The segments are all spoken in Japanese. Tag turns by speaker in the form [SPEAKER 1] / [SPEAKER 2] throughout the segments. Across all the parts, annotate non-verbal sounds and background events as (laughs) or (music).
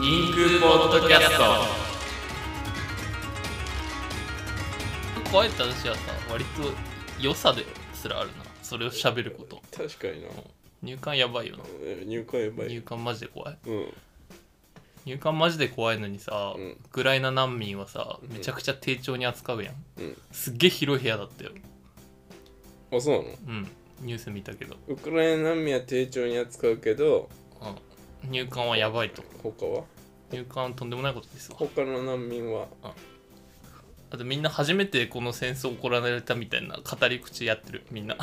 [SPEAKER 1] 人空ポッドキャスト
[SPEAKER 2] 怖いって話はさ割と良さですらあるなそれを喋ること
[SPEAKER 3] 確かにな
[SPEAKER 2] 入管やばいよな
[SPEAKER 3] えー入会やばい
[SPEAKER 2] 入管マジで怖い
[SPEAKER 3] うん
[SPEAKER 2] 入管マジで怖いのにさ、
[SPEAKER 3] うん
[SPEAKER 2] ウクライナ難民はさ
[SPEAKER 3] ん
[SPEAKER 2] めちゃくちゃ丁重に扱うやん、
[SPEAKER 3] うん
[SPEAKER 2] すっげえ広い部屋だったよ
[SPEAKER 3] あそうなの
[SPEAKER 2] うんニュース見たけど、
[SPEAKER 3] ウクライナ難民は丁重に扱うけど
[SPEAKER 2] うん、入管はやばいと
[SPEAKER 3] 他は
[SPEAKER 2] 入管とんでもないことですわ
[SPEAKER 3] 他の難民
[SPEAKER 2] (laughs)
[SPEAKER 3] は
[SPEAKER 2] あとみんな初めてこの戦争起こられたみたいな語り口やってる
[SPEAKER 3] (laughs)
[SPEAKER 2] みんな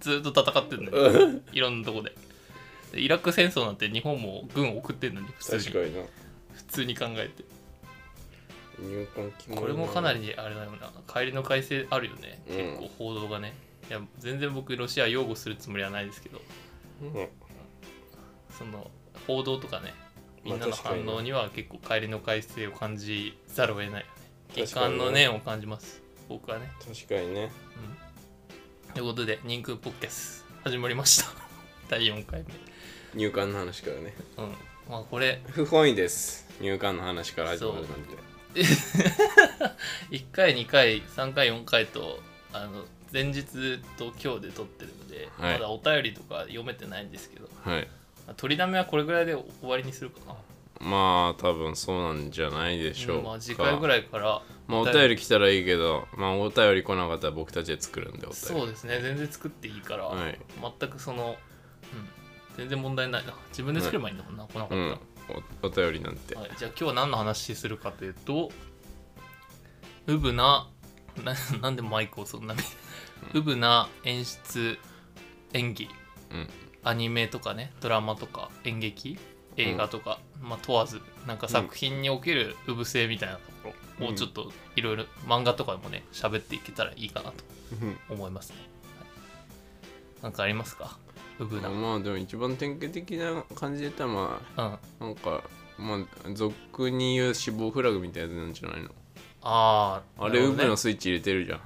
[SPEAKER 2] ずーっと戦ってんのよ
[SPEAKER 3] うん
[SPEAKER 2] いろんなとこででイラク戦争なんて日本も軍送ってんのに普通に
[SPEAKER 3] 確かにな
[SPEAKER 2] 普通に考えて
[SPEAKER 3] 入管キモいな
[SPEAKER 2] これもかなりあれだよな帰りの改正あるよね、
[SPEAKER 3] うん
[SPEAKER 2] 結構報道がねいや全然僕ロシア擁護するつもりはないですけど
[SPEAKER 3] うん
[SPEAKER 2] その報道とかねみんなの
[SPEAKER 3] まあ確か
[SPEAKER 2] 反
[SPEAKER 3] に
[SPEAKER 2] 応には結構帰りの改正を感じざるを得ないよね
[SPEAKER 3] 確かにね
[SPEAKER 2] 一貫の念を感じます僕はね
[SPEAKER 3] 確かにね
[SPEAKER 2] うんということで「人空ポッケス」始まりました (laughs) 第4回
[SPEAKER 3] 入管の話からね
[SPEAKER 2] 目うんまあこれ
[SPEAKER 3] 不本意です入管の話から始まるなんて
[SPEAKER 2] (laughs) 1回2回3回4回とあの前日と今日で撮ってるので、
[SPEAKER 3] はい
[SPEAKER 2] まだお便りとか読めてないんですけど
[SPEAKER 3] はい
[SPEAKER 2] まあ取りだめはこれぐらいで終わりにするかな
[SPEAKER 3] まあ多分そうなんじゃないでしょ
[SPEAKER 2] う
[SPEAKER 3] うか、
[SPEAKER 2] んまあ次回ぐらいから
[SPEAKER 3] まあお便り来たらいいけどまあお便り来なかったら僕たちで作るんでお便り
[SPEAKER 2] そうですね全然作っていいから、
[SPEAKER 3] はい
[SPEAKER 2] 全くその、うん、全然問題ないな自分で作ればいいんだもんな、来なかった
[SPEAKER 3] う
[SPEAKER 2] ら、
[SPEAKER 3] んおお便りなんて
[SPEAKER 2] はい、じゃあ今日は何の話するかというとウブなな (laughs) なんでマイクをそんなにウブな演出演技
[SPEAKER 3] うん
[SPEAKER 2] アニメとかねドラマとか演劇映画とか、まあ、問わずなんか作品におけるウブ性みたいなところ
[SPEAKER 3] う
[SPEAKER 2] を
[SPEAKER 3] ん
[SPEAKER 2] ちょっといろいろ漫画とかでもね喋っていけたらいいかなと思いますね、はい、なんかありますかウブな、うん
[SPEAKER 3] まあでも一番典型的な感じで言ったらま
[SPEAKER 2] あ
[SPEAKER 3] あなんかまあ俗に言う死亡フラグみたいなやつなんじゃないの
[SPEAKER 2] あー
[SPEAKER 3] あれ
[SPEAKER 2] なる
[SPEAKER 3] ウ
[SPEAKER 2] ほど
[SPEAKER 3] ブ
[SPEAKER 2] ね
[SPEAKER 3] のスイッチ入れてるじゃん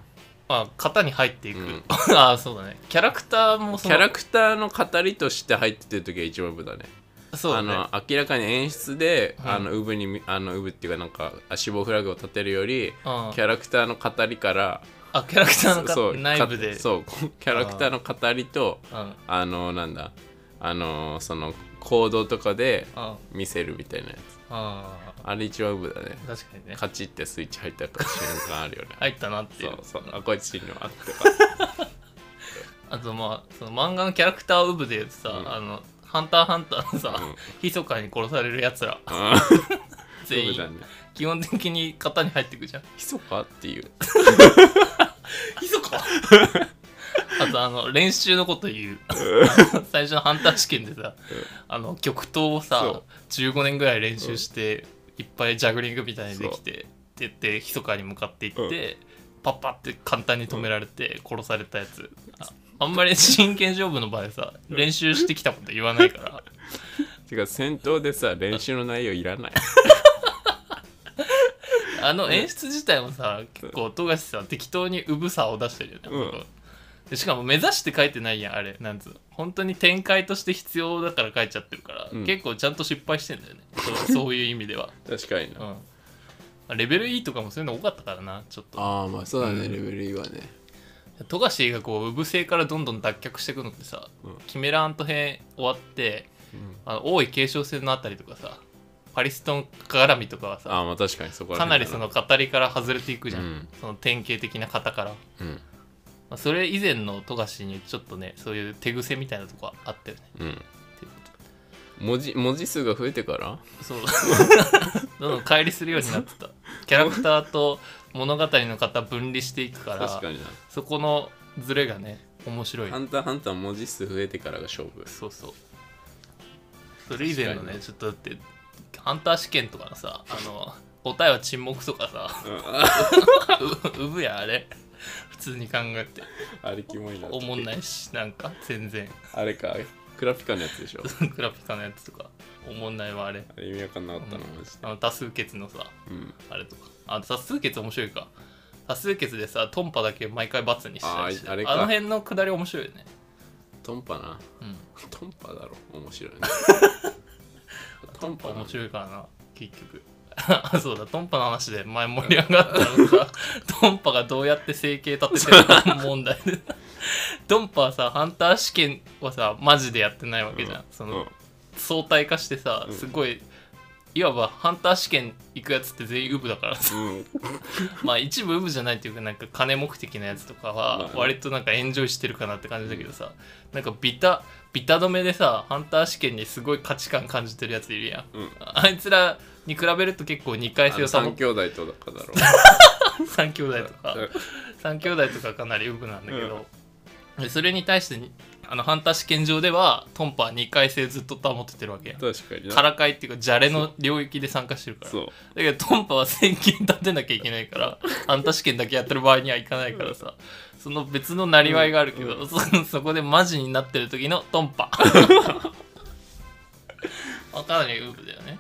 [SPEAKER 2] まあ、型に入っていく、
[SPEAKER 3] うん
[SPEAKER 2] (laughs) ああそうだねキャラクターも
[SPEAKER 3] キ
[SPEAKER 2] その
[SPEAKER 3] ャラクターの語りとして入ってる時が一番ウブだね
[SPEAKER 2] そうだね
[SPEAKER 3] あの明らかに演出で、
[SPEAKER 2] うん
[SPEAKER 3] あのウブにみあのウブっていうかなんかあ死亡フラグを立てるより、
[SPEAKER 2] うん
[SPEAKER 3] キャラクターの語りから
[SPEAKER 2] あキャラクターのか
[SPEAKER 3] そう
[SPEAKER 2] 内部で
[SPEAKER 3] かそうキャラクターの語りと
[SPEAKER 2] うん、うん
[SPEAKER 3] あのなんだあのその行動とかで見せるみたいなやつ
[SPEAKER 2] あ
[SPEAKER 3] あれ一番ウブだね
[SPEAKER 2] ー確かにね
[SPEAKER 3] カチってスイッチ入ったから瞬間あるよね
[SPEAKER 2] 入ったなってい
[SPEAKER 3] そううそうあこいつ死ぬわって
[SPEAKER 2] あとまあその漫画のキャラクターウブで言うとさ、
[SPEAKER 3] うん
[SPEAKER 2] あの「ハンターハンター」のさ、
[SPEAKER 3] うん
[SPEAKER 2] 密かに殺されるやつら
[SPEAKER 3] うん
[SPEAKER 2] 全
[SPEAKER 3] ウブだ
[SPEAKER 2] 員、
[SPEAKER 3] ね
[SPEAKER 2] 基本的に型に入っていくじゃん
[SPEAKER 3] ひそかっていう
[SPEAKER 2] 密か (laughs) あとあの練習のこと言う (laughs) 最初のハンター試験でさ、あの極東をさ
[SPEAKER 3] そ
[SPEAKER 2] 15年ぐらい練習して、いっぱいジャグリングみたいにでき
[SPEAKER 3] そう
[SPEAKER 2] てって言って密かに向かっていって、パッパって簡単に止められて殺されたやつ、ああんまり真剣勝負の場合さ練習してきたこと言わないから
[SPEAKER 3] てか戦闘でさ練習の内容いらない
[SPEAKER 2] あの演出自体もさ、結構富樫さん適当にうぶさを出してるよね、
[SPEAKER 3] うん
[SPEAKER 2] でしかも目指して書いてないやんあれなんつうの本当に展開として必要だから書いちゃってるから、
[SPEAKER 3] うん
[SPEAKER 2] 結構ちゃんと失敗してんだよねそう (laughs) そういう意味では、
[SPEAKER 3] 確かに
[SPEAKER 2] うん
[SPEAKER 3] な
[SPEAKER 2] まあ、レベル E とかもそういうの多かったからなちょっと
[SPEAKER 3] ああまあそうだね、
[SPEAKER 2] うん
[SPEAKER 3] レベル E はね
[SPEAKER 2] 富樫がこううぶ性からどんどん脱却していくのってさ、
[SPEAKER 3] うん
[SPEAKER 2] キメラアント編終わってあの王位継承戦のあたりとかさパリストン絡みとかはさ
[SPEAKER 3] ああまあ確かにそこら
[SPEAKER 2] かな
[SPEAKER 3] 辺
[SPEAKER 2] り
[SPEAKER 3] だ
[SPEAKER 2] その語りから外れていくじゃん、
[SPEAKER 3] うん
[SPEAKER 2] その典型的な型から、ま
[SPEAKER 3] うん
[SPEAKER 2] あ、それ以前の富樫にちょっとねそういう手癖みたいなとこあったよね
[SPEAKER 3] うん
[SPEAKER 2] っていうこ
[SPEAKER 3] 文字文字数が増えてから
[SPEAKER 2] とそう (laughs) どんどん乖離するようになってたキャラクターと物語の型分離していくから
[SPEAKER 3] 確かにな
[SPEAKER 2] そこのズレがね面白い
[SPEAKER 3] 「ハンターハンター」文字数増えてからが勝負
[SPEAKER 2] そうそうそれ以前の
[SPEAKER 3] 確か
[SPEAKER 2] ね
[SPEAKER 3] に
[SPEAKER 2] ちょっとだってハンター試験とかのさあの答えは沈黙とか
[SPEAKER 3] (laughs)
[SPEAKER 2] さううぶやあれ普通に考えて
[SPEAKER 3] (laughs) あれキモいな
[SPEAKER 2] おもんないしなんか全然 (laughs)
[SPEAKER 3] あれかクラピカのやつでしょ
[SPEAKER 2] クラピカのやつとかおもんないはあれ
[SPEAKER 3] あれ意味わかんなかったな
[SPEAKER 2] うん
[SPEAKER 3] マジで
[SPEAKER 2] あの多数決のさ
[SPEAKER 3] うん
[SPEAKER 2] あれとかあ多数決面白いか多数決でさトンパだけ毎回罰にしたりして
[SPEAKER 3] あーあれか
[SPEAKER 2] あの辺のくだり面白いよね
[SPEAKER 3] (laughs) トンパな
[SPEAKER 2] うん
[SPEAKER 3] トンパだろ面白いね
[SPEAKER 2] (laughs) トンパ
[SPEAKER 3] トンパ
[SPEAKER 2] 面白いからな結局 (laughs) あそうだトンパの話で前盛り上がったのさ (laughs) トンパがどうやって生計立ててるか問題で (laughs) トンパはさハンター試験はさマジでやってないわけじゃん、その、相対化してさ
[SPEAKER 3] うん
[SPEAKER 2] すごい、いわばハンター試験行くやつって全員ウブだからさ
[SPEAKER 3] うん、うん
[SPEAKER 2] まあ一部ウブじゃないっていうかなんか金目的のやつとか
[SPEAKER 3] まあ
[SPEAKER 2] は
[SPEAKER 3] ね
[SPEAKER 2] 割となんかエンジョイしてるかなって感じだけどさなんかビタビタ止めでさハンター試験にすごい価値観感じてるやついるやん
[SPEAKER 3] うん
[SPEAKER 2] あいつらに比べると結構2回
[SPEAKER 3] あ
[SPEAKER 2] 生
[SPEAKER 3] の
[SPEAKER 2] を保
[SPEAKER 3] 三
[SPEAKER 2] っ
[SPEAKER 3] 兄弟とだかだろ
[SPEAKER 2] 3兄弟とか
[SPEAKER 3] う
[SPEAKER 2] 3兄弟とかかなりウブなんだけど、でそれに対してあのハンター試験場ではトンパは2回生ずっと保っててるわけやん
[SPEAKER 3] 確かにな
[SPEAKER 2] からかいっていうかじゃれの領域で参加してるから
[SPEAKER 3] そう
[SPEAKER 2] だけどトンパは宣言立てなきゃいけないからあんた試験だけやってる場合にはいかないからさその別のなりわいがあるけど、
[SPEAKER 3] うん
[SPEAKER 2] そそこでマジになってる時のトンパ (laughs) あかなりウブだよね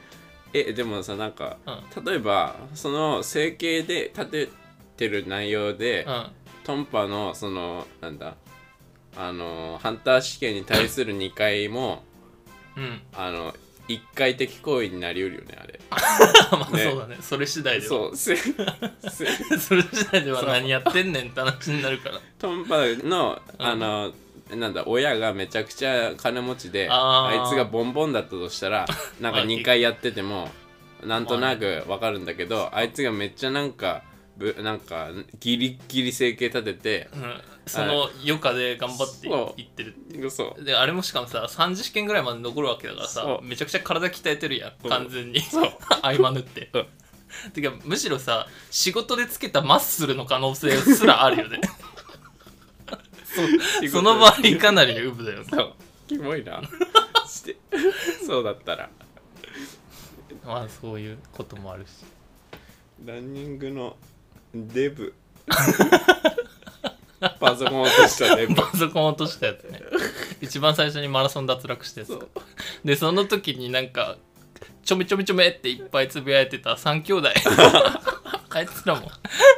[SPEAKER 3] えでもさなんか
[SPEAKER 2] うん
[SPEAKER 3] 例えばその整形で立ててる内容で、
[SPEAKER 2] うん
[SPEAKER 3] トンパのそのなんだあのハンター試験に対する2回も
[SPEAKER 2] うん、
[SPEAKER 3] あの1回的行為になりうるよねあれ
[SPEAKER 2] (laughs) まあ
[SPEAKER 3] ね
[SPEAKER 2] そうだねそれ次第では
[SPEAKER 3] そうせせ
[SPEAKER 2] (laughs) それ次第では
[SPEAKER 3] そう
[SPEAKER 2] 何やってんねんって話になるから
[SPEAKER 3] トンパのあの、なんだ親がめちゃくちゃ金持ちで
[SPEAKER 2] あー
[SPEAKER 3] あいつがボンボンだったとし
[SPEAKER 2] (laughs)
[SPEAKER 3] たらなんか
[SPEAKER 2] まあ
[SPEAKER 3] 2回やっててもなんとなくわかるんだけどあいつがめっちゃなんかぶなんかギリギリ整形立てて
[SPEAKER 2] うんその余暇で頑張って
[SPEAKER 3] そ
[SPEAKER 2] いってる
[SPEAKER 3] 嘘
[SPEAKER 2] であれもしかもさ3次試験ぐらいまで残るわけだからさ
[SPEAKER 3] そう
[SPEAKER 2] めちゃくちゃ体鍛えてるや
[SPEAKER 3] うん
[SPEAKER 2] ん完全に
[SPEAKER 3] そう
[SPEAKER 2] (laughs) 合間縫って、
[SPEAKER 3] うん
[SPEAKER 2] てかむしろさ仕事でつけたマッスルの可能性すらある
[SPEAKER 3] (laughs)
[SPEAKER 2] よね
[SPEAKER 3] 仕事
[SPEAKER 2] その場合かなりウブだよね
[SPEAKER 3] そう (laughs) キモいなしてそうだったら
[SPEAKER 2] まあそういうこともあるし
[SPEAKER 3] ランニングの
[SPEAKER 2] (laughs)
[SPEAKER 3] デブパソコン落としたデ
[SPEAKER 2] (laughs)
[SPEAKER 3] ブ
[SPEAKER 2] パソコン落としたやつ
[SPEAKER 3] (laughs)
[SPEAKER 2] ね一番最初にマラソン脱落したやつ
[SPEAKER 3] そう
[SPEAKER 2] でその時になんかちょめちょめちょめっていっぱいつぶやいてた3兄
[SPEAKER 3] (laughs)
[SPEAKER 2] 弟あいつらも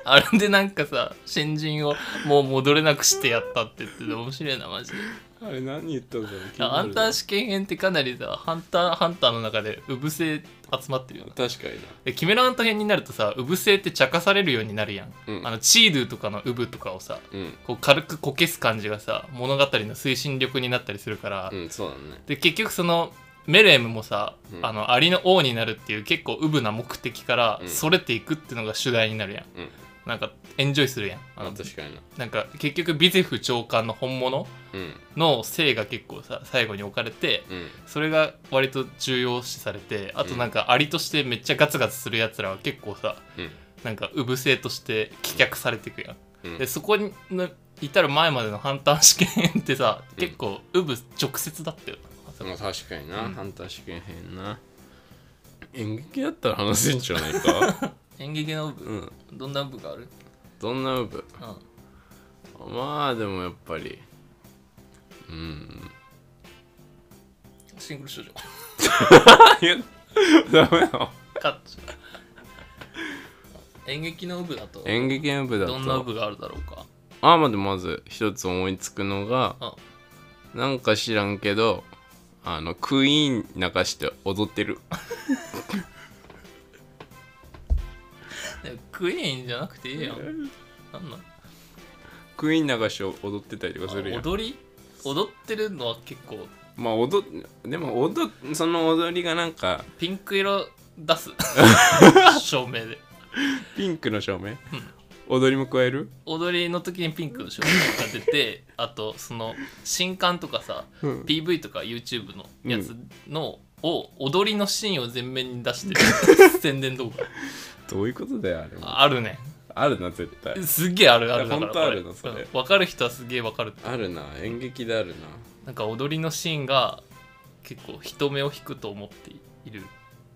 [SPEAKER 2] あれでなんかさ新人をもう戻れなくしてやったって言ってて面白いなマジで
[SPEAKER 3] あれ何言ったんだろう
[SPEAKER 2] ハンター試験編ってかなりさハンターハンターの中でウブ性集まってるよな
[SPEAKER 3] 確かにな
[SPEAKER 2] でキメラハンター編になるとさウブ性って茶化されるようになるやん、
[SPEAKER 3] うん
[SPEAKER 2] あのチードゥとかのウブとかをさ
[SPEAKER 3] うん
[SPEAKER 2] こう軽くこけす感じがさ物語の推進力になったりするから、
[SPEAKER 3] うんそうだね
[SPEAKER 2] で結局そのメレムもさ、
[SPEAKER 3] うん
[SPEAKER 2] あのアリの王になるっていう結構ウブな目的から
[SPEAKER 3] うん
[SPEAKER 2] それていくっていうのが主題になるやん、
[SPEAKER 3] うん
[SPEAKER 2] なんかエンジョイするやんあの
[SPEAKER 3] あ確かにな
[SPEAKER 2] なんか結局ビゼフ長官の本物
[SPEAKER 3] うん
[SPEAKER 2] の性が結構さ最後に置かれて
[SPEAKER 3] うん
[SPEAKER 2] それが割と重要視されてあとなんかアリとしてめっちゃガツガツするやつらは結構さ
[SPEAKER 3] うん
[SPEAKER 2] なんかウブ性として棄却されていくやん
[SPEAKER 3] うん
[SPEAKER 2] でそこに至る前までのハンター試験ってさ
[SPEAKER 3] うん
[SPEAKER 2] 結構ウブ直接だったよあそこ
[SPEAKER 3] まあ確かにな、
[SPEAKER 2] うん
[SPEAKER 3] ハンター試験編な演劇だったら話せんじゃないか
[SPEAKER 2] 演劇のウブ
[SPEAKER 3] (laughs) うん
[SPEAKER 2] どんな部がある
[SPEAKER 3] どんなウブ
[SPEAKER 2] うん
[SPEAKER 3] まあでもやっぱりうん
[SPEAKER 2] シングル少女
[SPEAKER 3] ダメなの
[SPEAKER 2] カッチ演劇のウブだと
[SPEAKER 3] 演劇の部だと
[SPEAKER 2] どんなウブがあるだろうか
[SPEAKER 3] あまでまず一つ思いつくのが
[SPEAKER 2] あ
[SPEAKER 3] なんか知らんけどあのクイーン流して踊ってる
[SPEAKER 2] でもクイーンじゃなくていいやんなんなん
[SPEAKER 3] クイーン流して踊ってたりとかするやん
[SPEAKER 2] 踊り踊ってるのは結構
[SPEAKER 3] まあ踊っでも踊っその踊りがなんか
[SPEAKER 2] ピンク色出
[SPEAKER 3] (laughs)
[SPEAKER 2] す照明で
[SPEAKER 3] ピンクの照明踊りも加える
[SPEAKER 2] 踊りの時にピンクの照明が出てあとその新刊とかさ
[SPEAKER 3] うん
[SPEAKER 2] PV とか YouTube のやつの、を踊りのシーンを前面に出してる
[SPEAKER 3] (laughs)
[SPEAKER 2] 宣伝動画
[SPEAKER 3] どういうことだよあれも
[SPEAKER 2] あるね
[SPEAKER 3] あるな絶対
[SPEAKER 2] すっげえあるある
[SPEAKER 3] い
[SPEAKER 2] だ
[SPEAKER 3] や
[SPEAKER 2] から
[SPEAKER 3] 本当ある
[SPEAKER 2] こ
[SPEAKER 3] のそれ
[SPEAKER 2] うんわかる人はすげえわかる
[SPEAKER 3] あるな演劇であるな
[SPEAKER 2] なんか踊りのシーンが結構人目を引くと思っている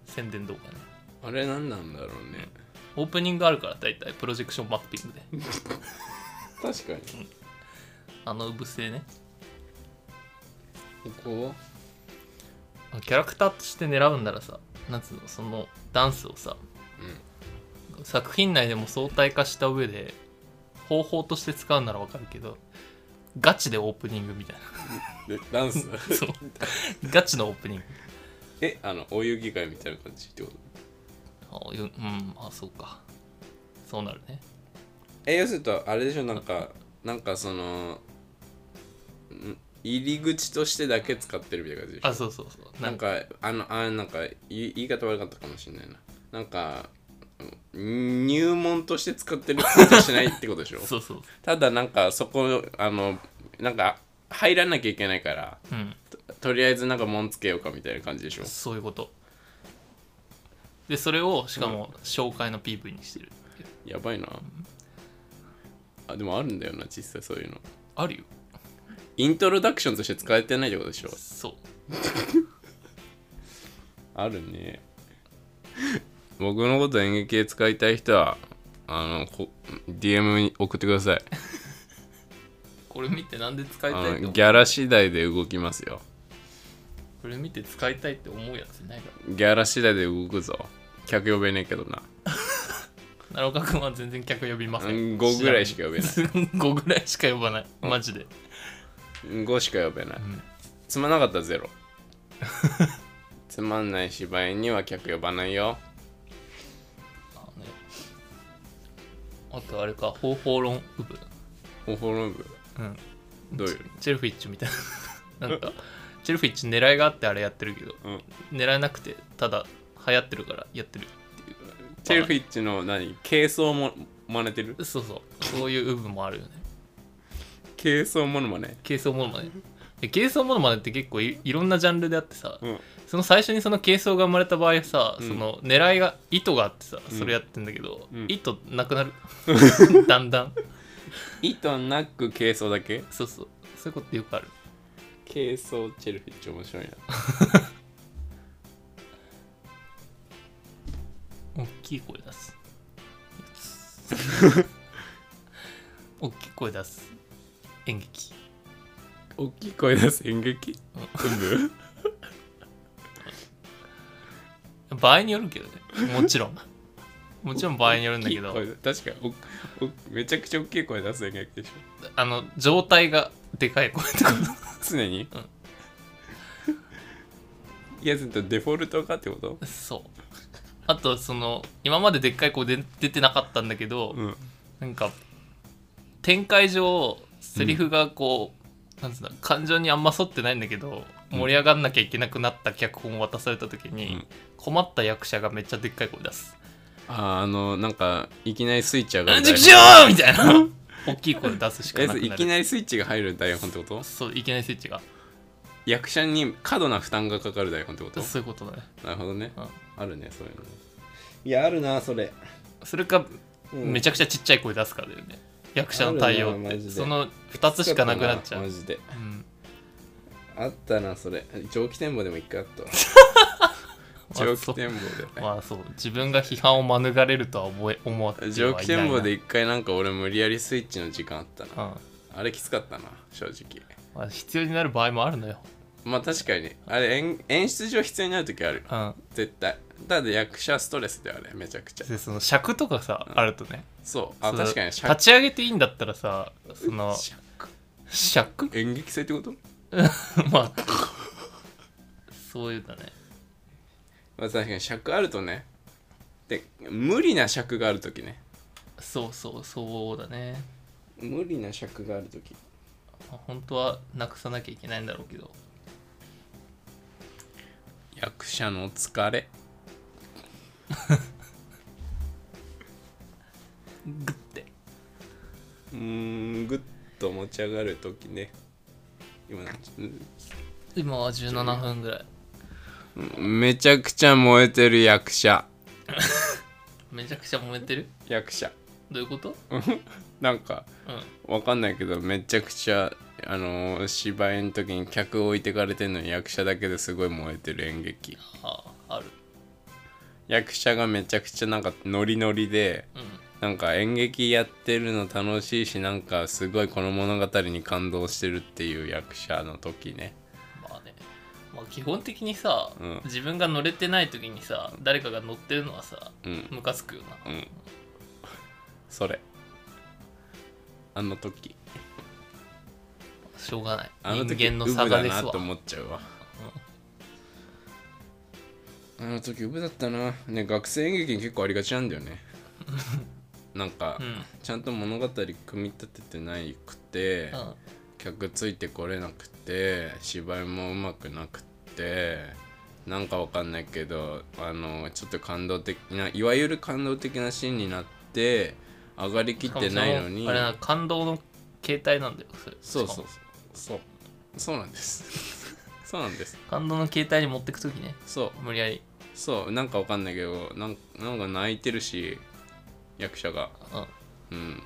[SPEAKER 2] 宣伝動画ね
[SPEAKER 3] あれ何なんだろうね
[SPEAKER 2] オープニングあるから大体プロジェクションマッピングで
[SPEAKER 3] 確かに
[SPEAKER 2] あのうぶ性ね
[SPEAKER 3] ここは
[SPEAKER 2] キャラクターとして狙うんならさなんつうのそのダンスをさ作品内でも相対化した上で方法として使うならわかるけどガチでオープニングみたい
[SPEAKER 3] (laughs) うんでダンス
[SPEAKER 2] なそうガチのオープニング
[SPEAKER 3] えあのお遊戯会みたいな感じってこと
[SPEAKER 2] あようんあそうかそうなるね
[SPEAKER 3] え要するとあれでしょなんかなんかそのん入り口としてだけ使ってるみたいな感じでしょ
[SPEAKER 2] あそうそうそう
[SPEAKER 3] な
[SPEAKER 2] なんんか
[SPEAKER 3] かあのあなんか言い言い方悪かったかもしれないななんかうん入門として使ってることはしないってことでしょ
[SPEAKER 2] そうそう
[SPEAKER 3] ただなんかそこあのなんか入らなきゃいけないから
[SPEAKER 2] うん
[SPEAKER 3] ととりあえずなんか門つけようかみたいな感じでしょ
[SPEAKER 2] そういうことでそれをしかも紹介の PV にしてるっていう
[SPEAKER 3] やばいなあでもあるんだよな実際そういうの
[SPEAKER 2] あるよ
[SPEAKER 3] イントロダクションとして使えてないってことでしょ
[SPEAKER 2] そう
[SPEAKER 3] あるね僕のこと演劇系使いたい人はあのこ DM に送ってください
[SPEAKER 2] これ見てなんで使いたい
[SPEAKER 3] あ
[SPEAKER 2] と思
[SPEAKER 3] の
[SPEAKER 2] う
[SPEAKER 3] ギャラ次第で動きますよ
[SPEAKER 2] これ見て使いたいって思うやついないか
[SPEAKER 3] ギャラ次第で動くぞ客呼べねえけどな
[SPEAKER 2] ら奈良岡君は全然客呼びません
[SPEAKER 3] うん5ぐらいしか呼べな
[SPEAKER 2] (laughs)
[SPEAKER 3] い
[SPEAKER 2] 5ぐらいしか呼ばないマジで
[SPEAKER 3] 5しか呼べない、
[SPEAKER 2] ん
[SPEAKER 3] つまんなかったらゼロ (laughs) つまんない芝居には客呼ばないよ
[SPEAKER 2] あのねあとあれか方法論部
[SPEAKER 3] ほほろぶ
[SPEAKER 2] うん
[SPEAKER 3] どういう
[SPEAKER 2] チェルフィッチみたいな (laughs) なんかチェルフィッチ狙いがあってあれやってるけど
[SPEAKER 3] うん
[SPEAKER 2] 狙えなくてただ流行ってるからやってる
[SPEAKER 3] チェルフィッチの何軽装も真似てる
[SPEAKER 2] そうそうそういう部分もあるよね (laughs)
[SPEAKER 3] 軽装ものまね
[SPEAKER 2] 軽装モノ
[SPEAKER 3] (laughs)
[SPEAKER 2] マネで軽装モノマネって結構いいろんなジャンルであってさ、
[SPEAKER 3] うん
[SPEAKER 2] その最初にその軽装が生まれた場合はさ、
[SPEAKER 3] うん
[SPEAKER 2] その狙いが意図があってさ
[SPEAKER 3] うん
[SPEAKER 2] それやってんだけど、
[SPEAKER 3] うん
[SPEAKER 2] 意図な
[SPEAKER 3] (laughs)
[SPEAKER 2] くなるだんだん
[SPEAKER 3] 意図なく軽装だけ
[SPEAKER 2] そうそうそういうことよくある
[SPEAKER 3] 軽装チェルフィッチ面白いな
[SPEAKER 2] 大きい声出
[SPEAKER 3] (laughs)
[SPEAKER 2] す大きい声出す演劇
[SPEAKER 3] 大きい声出す演劇部
[SPEAKER 2] 場合によるけどねもちろんもちろん場合によるんだけど
[SPEAKER 3] 大きい声確かにおおめちゃくちゃ大きい声出す演劇でしょ
[SPEAKER 2] あの状態がでかい声ってこと
[SPEAKER 3] 常に、
[SPEAKER 2] うん
[SPEAKER 3] いやずっとデフォルトかってこと (laughs)
[SPEAKER 2] そうあとその今まででっかい子で出てなかったんだけど、
[SPEAKER 3] うん
[SPEAKER 2] なんか展開上セリフがこう、なんつうんだ感情にあんま沿ってないんだけど
[SPEAKER 3] うん
[SPEAKER 2] 盛り上がんなきゃいけなくなった脚本を渡された時に、
[SPEAKER 3] うん
[SPEAKER 2] 困った役者がめっちゃでっかい声出す
[SPEAKER 3] あーあのなんかいきなりスイッチ
[SPEAKER 2] 「
[SPEAKER 3] 上が
[SPEAKER 2] う
[SPEAKER 3] る
[SPEAKER 2] んじ
[SPEAKER 3] 台
[SPEAKER 2] く
[SPEAKER 3] 本
[SPEAKER 2] しょー!」みたいな (laughs) 大きい声出すしかなくなる
[SPEAKER 3] えいきなりスイッチが入る台本ってこと
[SPEAKER 2] そういきなりスイッチが
[SPEAKER 3] 役者に過度な負担がかかる台本ってこと
[SPEAKER 2] そういうことだね、
[SPEAKER 3] なるほどね
[SPEAKER 2] うん
[SPEAKER 3] あるねそういうのいやあるなそれ、
[SPEAKER 2] それかめち
[SPEAKER 3] ゃ
[SPEAKER 2] ゃくちゃちっちゃい声出すからだよね役者の対応
[SPEAKER 3] ある
[SPEAKER 2] っ
[SPEAKER 3] なマ
[SPEAKER 2] て
[SPEAKER 3] ジで
[SPEAKER 2] その2つしかなくなっちゃう、
[SPEAKER 3] ジで
[SPEAKER 2] うん
[SPEAKER 3] あったなそれ蒸気展望でも一回あ
[SPEAKER 2] (laughs)
[SPEAKER 3] ったわ蒸気展望
[SPEAKER 2] まあそう自分が批判を免れるとは思え思って
[SPEAKER 3] で
[SPEAKER 2] はいないな
[SPEAKER 3] 蒸気展望で一回なんか俺無理やりスイッチの時間あったな
[SPEAKER 2] うん
[SPEAKER 3] あれきつかったな正直
[SPEAKER 2] まあ、必要になる場合もあるのよ
[SPEAKER 3] まあ確かにあれ演演出上必要になる時ある
[SPEAKER 2] うん
[SPEAKER 3] 絶対ただ役者ストレスだよねめちゃくちゃ
[SPEAKER 2] でその尺とかさ、あるとね
[SPEAKER 3] そうあ
[SPEAKER 2] その
[SPEAKER 3] 確かに
[SPEAKER 2] 立ち上げていいんだったらさその
[SPEAKER 3] 尺
[SPEAKER 2] 尺 (laughs)
[SPEAKER 3] 演劇性ってこと
[SPEAKER 2] まあそういうだね
[SPEAKER 3] まあ確かに尺あるとねで無理な尺がある時ね
[SPEAKER 2] そうそうそうだね
[SPEAKER 3] 無理な尺がある時
[SPEAKER 2] まあ本当はなくさなきゃいけないんだろうけど
[SPEAKER 3] 役者の疲れ
[SPEAKER 2] グッて
[SPEAKER 3] うーんぐっと持ち上がる時ね今なんかちょっ
[SPEAKER 2] 今は17分ぐらい
[SPEAKER 3] とめちゃくちゃ燃えてる役者
[SPEAKER 2] めちゃくちゃ燃えてる
[SPEAKER 3] 役者
[SPEAKER 2] どういうこと
[SPEAKER 3] なんか
[SPEAKER 2] うん
[SPEAKER 3] わかんないけどめちゃくちゃあのー芝居の時に客を置いてかれてるのに役者だけですごい燃えてる演劇
[SPEAKER 2] ああある
[SPEAKER 3] 役者がめちゃくちゃなんかノリノリで
[SPEAKER 2] うん
[SPEAKER 3] なんか演劇やってるの楽しいしなんかすごいこの物語に感動してるっていう役者の時ね
[SPEAKER 2] まあね、まあ、基本的にさ、
[SPEAKER 3] うん
[SPEAKER 2] 自分が乗れてない時にさ誰かが乗ってるのはさ
[SPEAKER 3] うん
[SPEAKER 2] ムカつくよな
[SPEAKER 3] うんそれあの時
[SPEAKER 2] しょうがない
[SPEAKER 3] あの時
[SPEAKER 2] 人間の差が
[SPEAKER 3] ウ
[SPEAKER 2] で
[SPEAKER 3] ブだ
[SPEAKER 2] す
[SPEAKER 3] な
[SPEAKER 2] わ
[SPEAKER 3] と思っちゃうわ (laughs) あの時ウブだったなね学生演劇に結構ありがちなんだよね (laughs) なんか、
[SPEAKER 2] うん
[SPEAKER 3] ちゃんと物語組み立ててないくて、
[SPEAKER 2] うん
[SPEAKER 3] 客ついてこれなくて芝居もうまくなくてなんかわかんないけどあのちょっと感動的ないわゆる感動的なシーンになって上がりきってないの
[SPEAKER 2] し
[SPEAKER 3] に
[SPEAKER 2] かもそあれな感動の形態なんだよそれ
[SPEAKER 3] そう
[SPEAKER 2] し
[SPEAKER 3] そ
[SPEAKER 2] か
[SPEAKER 3] う
[SPEAKER 2] も
[SPEAKER 3] そうそうなんです (laughs) そうなんです
[SPEAKER 2] 感動の形態に持ってく時ね
[SPEAKER 3] そう
[SPEAKER 2] 無理やり
[SPEAKER 3] そうなんかわかんないけどなんなんか泣いてるし役者が
[SPEAKER 2] うん
[SPEAKER 3] うん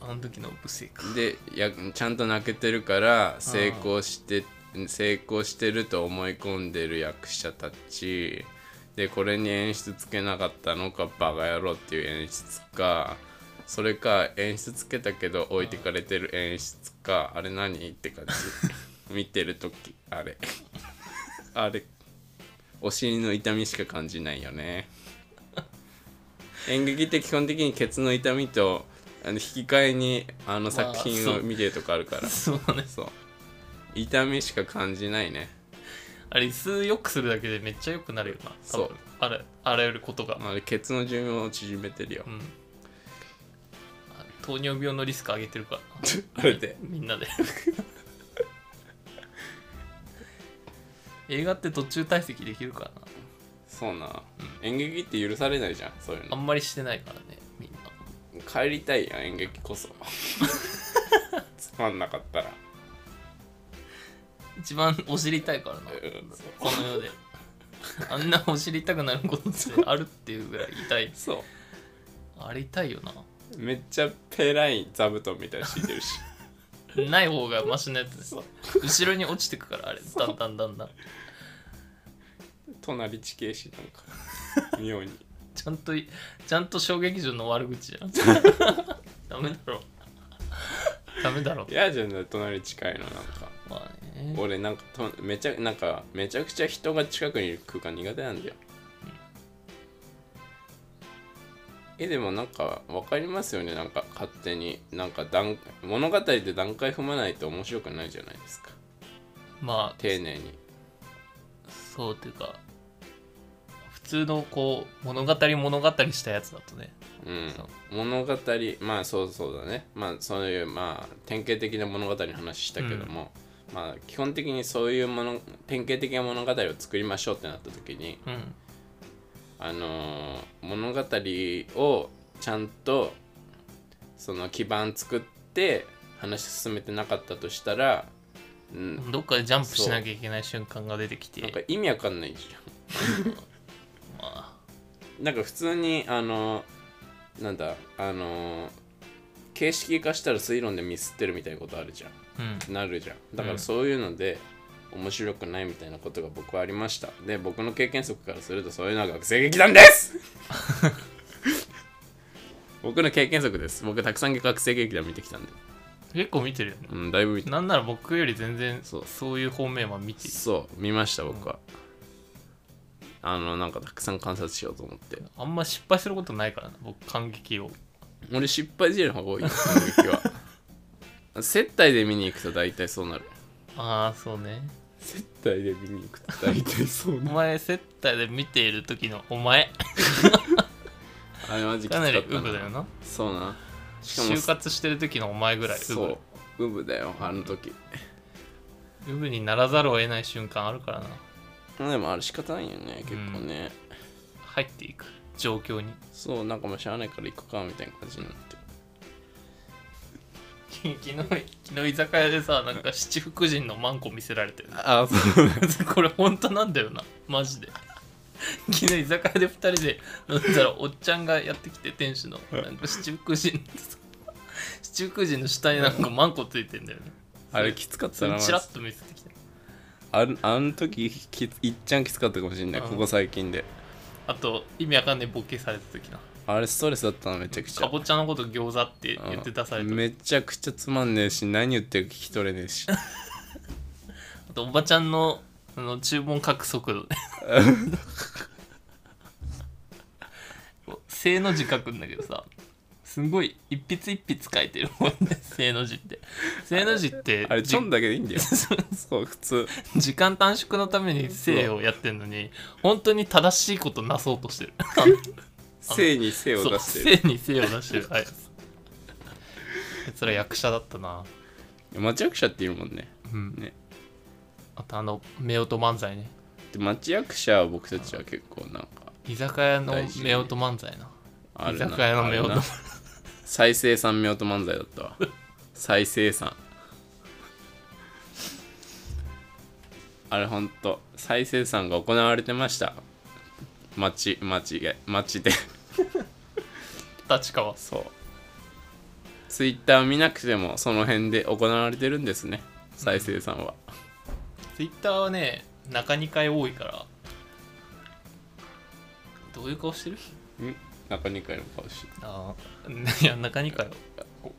[SPEAKER 2] あの時の不正か
[SPEAKER 3] でやちゃんと泣けてるから成功して成功してると思い込んでる役者たちでこれに演出つけなかったのかバカ野郎っていう演出かそれか演出つけたけど置いてかれてる演出かあれ何って感 (laughs) じ見てる時あれあれお尻の痛みしか感じないよ (laughs) ね演劇って基本的にケツの痛みとあの引き換えにあの作品
[SPEAKER 2] まあ
[SPEAKER 3] を
[SPEAKER 2] そう
[SPEAKER 3] 見てるとかあるから、
[SPEAKER 2] そうね
[SPEAKER 3] そう痛みしか感じないね
[SPEAKER 2] あれ椅子よくするだけでめっちゃ良くなるよな多分
[SPEAKER 3] そう
[SPEAKER 2] あれあらゆることが、
[SPEAKER 3] あれケツの寿命を縮めてるよ
[SPEAKER 2] うんあ糖尿病のリスク上げてる
[SPEAKER 3] (laughs)
[SPEAKER 2] からな
[SPEAKER 3] あれで
[SPEAKER 2] みんなで (laughs) 映画って途中退席できるからな
[SPEAKER 3] そうな、演劇って許されないじゃんそういう
[SPEAKER 2] あ
[SPEAKER 3] の
[SPEAKER 2] んまりしてないからねみんな
[SPEAKER 3] 帰りたいやん演劇こそつまんなかったら
[SPEAKER 2] 一番お知りたいからな
[SPEAKER 3] うんそう
[SPEAKER 2] この世であんなお知りたくなることってあるっていうぐらい痛い
[SPEAKER 3] そう
[SPEAKER 2] あれ痛いよな
[SPEAKER 3] めっちゃペライ座布団みたいなの敷いて (laughs) るし
[SPEAKER 2] ない方がマシなやつです後ろに落ちてくからあれだんだんだんだん
[SPEAKER 3] 隣地形しなんか妙に
[SPEAKER 2] ちゃんといちゃんと小劇場の悪口じゃん (laughs) ダメだろダメだろ
[SPEAKER 3] 嫌じゃんだ隣近いのなんか
[SPEAKER 2] まあね
[SPEAKER 3] 俺なんかとめちゃなんかめちゃくちゃ人が近くにいる空間苦手なんだよ、えでもなんか分かりますよねなんか勝手になんか段物語って段階踏まないと面白くないじゃないですか
[SPEAKER 2] まあ
[SPEAKER 3] 丁寧に
[SPEAKER 2] そうっていうか普通のこう物語物語したやつだとね
[SPEAKER 3] うん
[SPEAKER 2] そう
[SPEAKER 3] 物語まあそうそうだねまあそういうまあ典型的な物語の話したけども、まあ基本的にそういうもの典型的な物語を作りましょうってなった時に
[SPEAKER 2] うん
[SPEAKER 3] あのー物語をちゃんとその基盤作って話進めてなかったとしたら、うん、
[SPEAKER 2] どっかでジャンプしなきゃいけない瞬間が出てきて
[SPEAKER 3] なんか意味わかんないじ
[SPEAKER 2] ま
[SPEAKER 3] ゃん。なんか普通にあのーなんだあのー形式化したら推論でミスってるみたいなことあるじゃん。
[SPEAKER 2] あうん
[SPEAKER 3] なるじゃんだか
[SPEAKER 2] う
[SPEAKER 3] ら
[SPEAKER 2] ん
[SPEAKER 3] そういうので、面白くないみたいなことが僕はありましたで僕の経験則からするとそういうのは学生劇団です (laughs) 僕の経験則です僕たくさん学生劇団見てきたんで、
[SPEAKER 2] 結構見てるよね
[SPEAKER 3] うん、だいぶ見た
[SPEAKER 2] なんなら僕より全然
[SPEAKER 3] そう
[SPEAKER 2] そういう方面は見ている
[SPEAKER 3] そう見ました僕は、あのなんかたくさん観察しようと思って
[SPEAKER 2] あんま失敗することないからな僕感激を
[SPEAKER 3] 俺失敗事例の方が多い感激は (laughs) 接待で見に行くと大体そうなる
[SPEAKER 2] ああそうね
[SPEAKER 3] 接待で見に行くと大体そうな
[SPEAKER 2] お前接待で見ている時のお前
[SPEAKER 3] あれマジきつ
[SPEAKER 2] か
[SPEAKER 3] かっ
[SPEAKER 2] な
[SPEAKER 3] た
[SPEAKER 2] りウブだよな
[SPEAKER 3] そうなしかも
[SPEAKER 2] 就活してる時のお前ぐらいウ
[SPEAKER 3] そうウブだよあの時、
[SPEAKER 2] ブウブにならざるを得ない瞬間あるからな
[SPEAKER 3] でもあれ仕方ないよね結構ね、
[SPEAKER 2] 入っていく状況に (laughs)
[SPEAKER 3] そうなんかもうしゃあないから行くかみたいな感じになって
[SPEAKER 2] 昨日昨日居酒屋でさなんか七福神のマンコ見せられてる
[SPEAKER 3] ああそう
[SPEAKER 2] (laughs)
[SPEAKER 3] だ
[SPEAKER 2] これ本当なんだよなマジで昨日居酒屋で2人で飲んだらおっちゃんがやってきて店主のなんか七福神のさ七福神の下になんかマンコついてんだよね
[SPEAKER 3] (laughs) あれきつかっ
[SPEAKER 2] そ
[SPEAKER 3] た
[SPEAKER 2] れ
[SPEAKER 3] な
[SPEAKER 2] にチラッと見せてきた
[SPEAKER 3] あんあの時きついっちゃんきつかったかもしんない
[SPEAKER 2] うん
[SPEAKER 3] ここ最近で
[SPEAKER 2] あと意味わかんないボケされた時な
[SPEAKER 3] あれストレスだったのめちゃくちゃ
[SPEAKER 2] かぼちゃのこと餃子って
[SPEAKER 3] うん
[SPEAKER 2] 言って出された
[SPEAKER 3] めちゃくちゃつまんねえし何言ってるか聞き取れねえし
[SPEAKER 2] あとおばちゃんのあの注文書く速度ね (laughs) 正の字書くんだけどさすごい一筆一筆書いてるもんね (laughs) 正の字って正の字って
[SPEAKER 3] あれ
[SPEAKER 2] じ
[SPEAKER 3] ちょんだけでいい
[SPEAKER 2] (laughs)
[SPEAKER 3] んだよそう普通
[SPEAKER 2] 時間短縮のために正をやってんのに本当に正しいことなそうとしてるあの
[SPEAKER 3] 性に (laughs) 性を
[SPEAKER 2] そう
[SPEAKER 3] 出してる
[SPEAKER 2] 正に正を出してるはいあいつら役者だったな
[SPEAKER 3] 町役者っていうもんね
[SPEAKER 2] うん
[SPEAKER 3] ね
[SPEAKER 2] あとあの夫婦漫才ね
[SPEAKER 3] で町役者は僕たちは結構なんか
[SPEAKER 2] 居酒屋の
[SPEAKER 3] 大
[SPEAKER 2] 夫婦
[SPEAKER 3] 事
[SPEAKER 2] 漫才な
[SPEAKER 3] あるな
[SPEAKER 2] 居酒屋の
[SPEAKER 3] ある
[SPEAKER 2] 夫婦
[SPEAKER 3] な再生産夫婦漫才だっ
[SPEAKER 2] (laughs)
[SPEAKER 3] たわ再生産あれほんと再生産が行われてました町町で町で
[SPEAKER 2] 立川
[SPEAKER 3] そうツイッター見なくてもその辺で行われてるんですね再生産は、
[SPEAKER 2] ツイッターはね中2回多いからどういう顔してる
[SPEAKER 3] ん、中2回の顔して
[SPEAKER 2] あ
[SPEAKER 3] (laughs)
[SPEAKER 2] あいや中2回はこ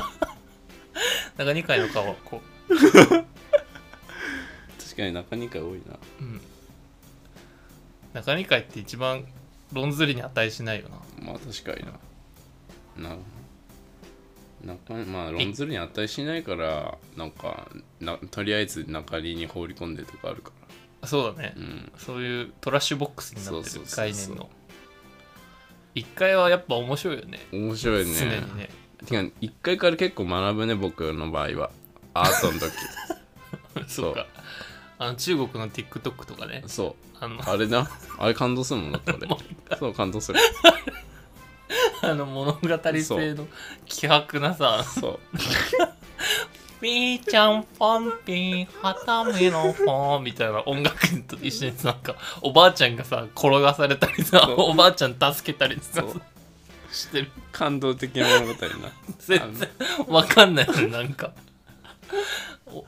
[SPEAKER 2] う中2回の顔はこ
[SPEAKER 3] 確かに中2回多いな
[SPEAKER 2] う、うん、中2回って一番論ずりに値しないよな
[SPEAKER 3] まあ確かにな。ななんかまあ論ずるに値しないからなんかなとりあえず中にに放り込んでとかあるか
[SPEAKER 2] あそうだね、
[SPEAKER 3] らうん
[SPEAKER 2] そういうトラッシュボックスになって
[SPEAKER 3] そうそうそう
[SPEAKER 2] る
[SPEAKER 3] そう
[SPEAKER 2] 概念の1回はやっぱ面白いよね
[SPEAKER 3] 面白いね
[SPEAKER 2] 常にね
[SPEAKER 3] てか一回から結構学ぶね僕の場合はアートの (laughs) 時
[SPEAKER 2] そうかあの中国の TikTok とかね
[SPEAKER 3] そう
[SPEAKER 2] あの (laughs)
[SPEAKER 3] あれなあれ感動 (laughs) するもんだって俺そう感動する
[SPEAKER 2] あの物語性の希薄なさ (laughs)
[SPEAKER 3] そう
[SPEAKER 2] ピーちゃんポンピーはためのポンみたいな音楽と一緒になんかおばあちゃんがさ転がされたりさ
[SPEAKER 3] そう
[SPEAKER 2] おばあちゃん助けたりさ
[SPEAKER 3] そう
[SPEAKER 2] してる
[SPEAKER 3] 感動的な物語な
[SPEAKER 2] 全然わかんないのになんかお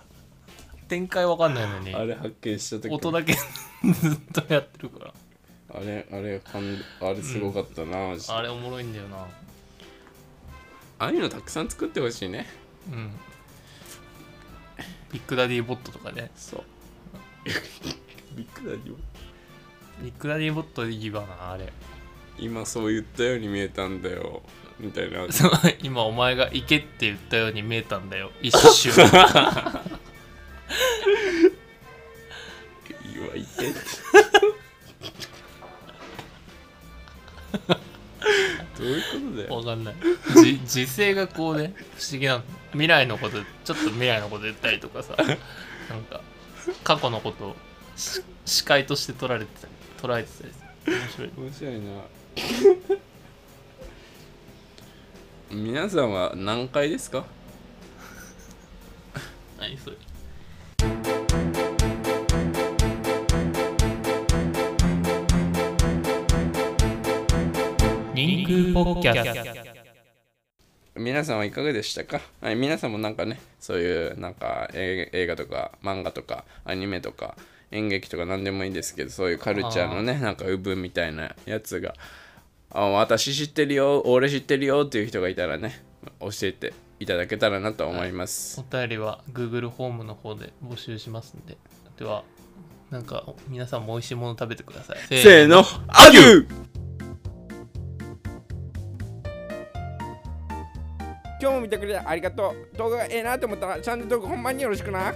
[SPEAKER 2] 展開わかんないのに
[SPEAKER 3] あれ発見した時
[SPEAKER 2] 音だけずっとやってるから
[SPEAKER 3] あれあれ感動あれすごかったな、マジで
[SPEAKER 2] あれおもろいんだよな
[SPEAKER 3] ああいうのたくさん作ってほしいね
[SPEAKER 2] うんビッグダディボットとかね
[SPEAKER 3] そう。 (laughs) びっくりだよ。
[SPEAKER 2] ビッグダディボットいいわなあれ
[SPEAKER 3] 今そう言ったように見えたんだよ。みたいな。
[SPEAKER 2] そう今お前が行けって言ったように見えたんだよ一瞬
[SPEAKER 3] 言
[SPEAKER 2] (laughs)
[SPEAKER 3] わいてって。どういうことだよ。
[SPEAKER 2] わかんないじ時勢がこうね不思議なの未来のことちょっと未来のこと言ったりとかさなんか過去のことをし視界として取られてたり捉えてたりする面白い
[SPEAKER 3] 面白いな。 (laughs) 皆さんは何回ですか
[SPEAKER 2] 何それ人空ポッキャ
[SPEAKER 3] 皆さんはいかがでしたか、はい、皆さんもなんかねそういうなんかえー映画とか漫画とかアニメとか演劇とか何でもいいですけどそういうカルチャーのねなんかうぶみたいなやつがあ私知ってるよ俺知ってるよっていう人がいたらね教えていただけたらなと思います、
[SPEAKER 2] お便りは Google ホームの方で募集しますんでではなんか皆さんも美味しいもの食べてくださいせ
[SPEAKER 3] せーのアデュー
[SPEAKER 4] 今日も見てくれてありがとう動画がええなと思ったらチャンネル登録ほんまによろしくな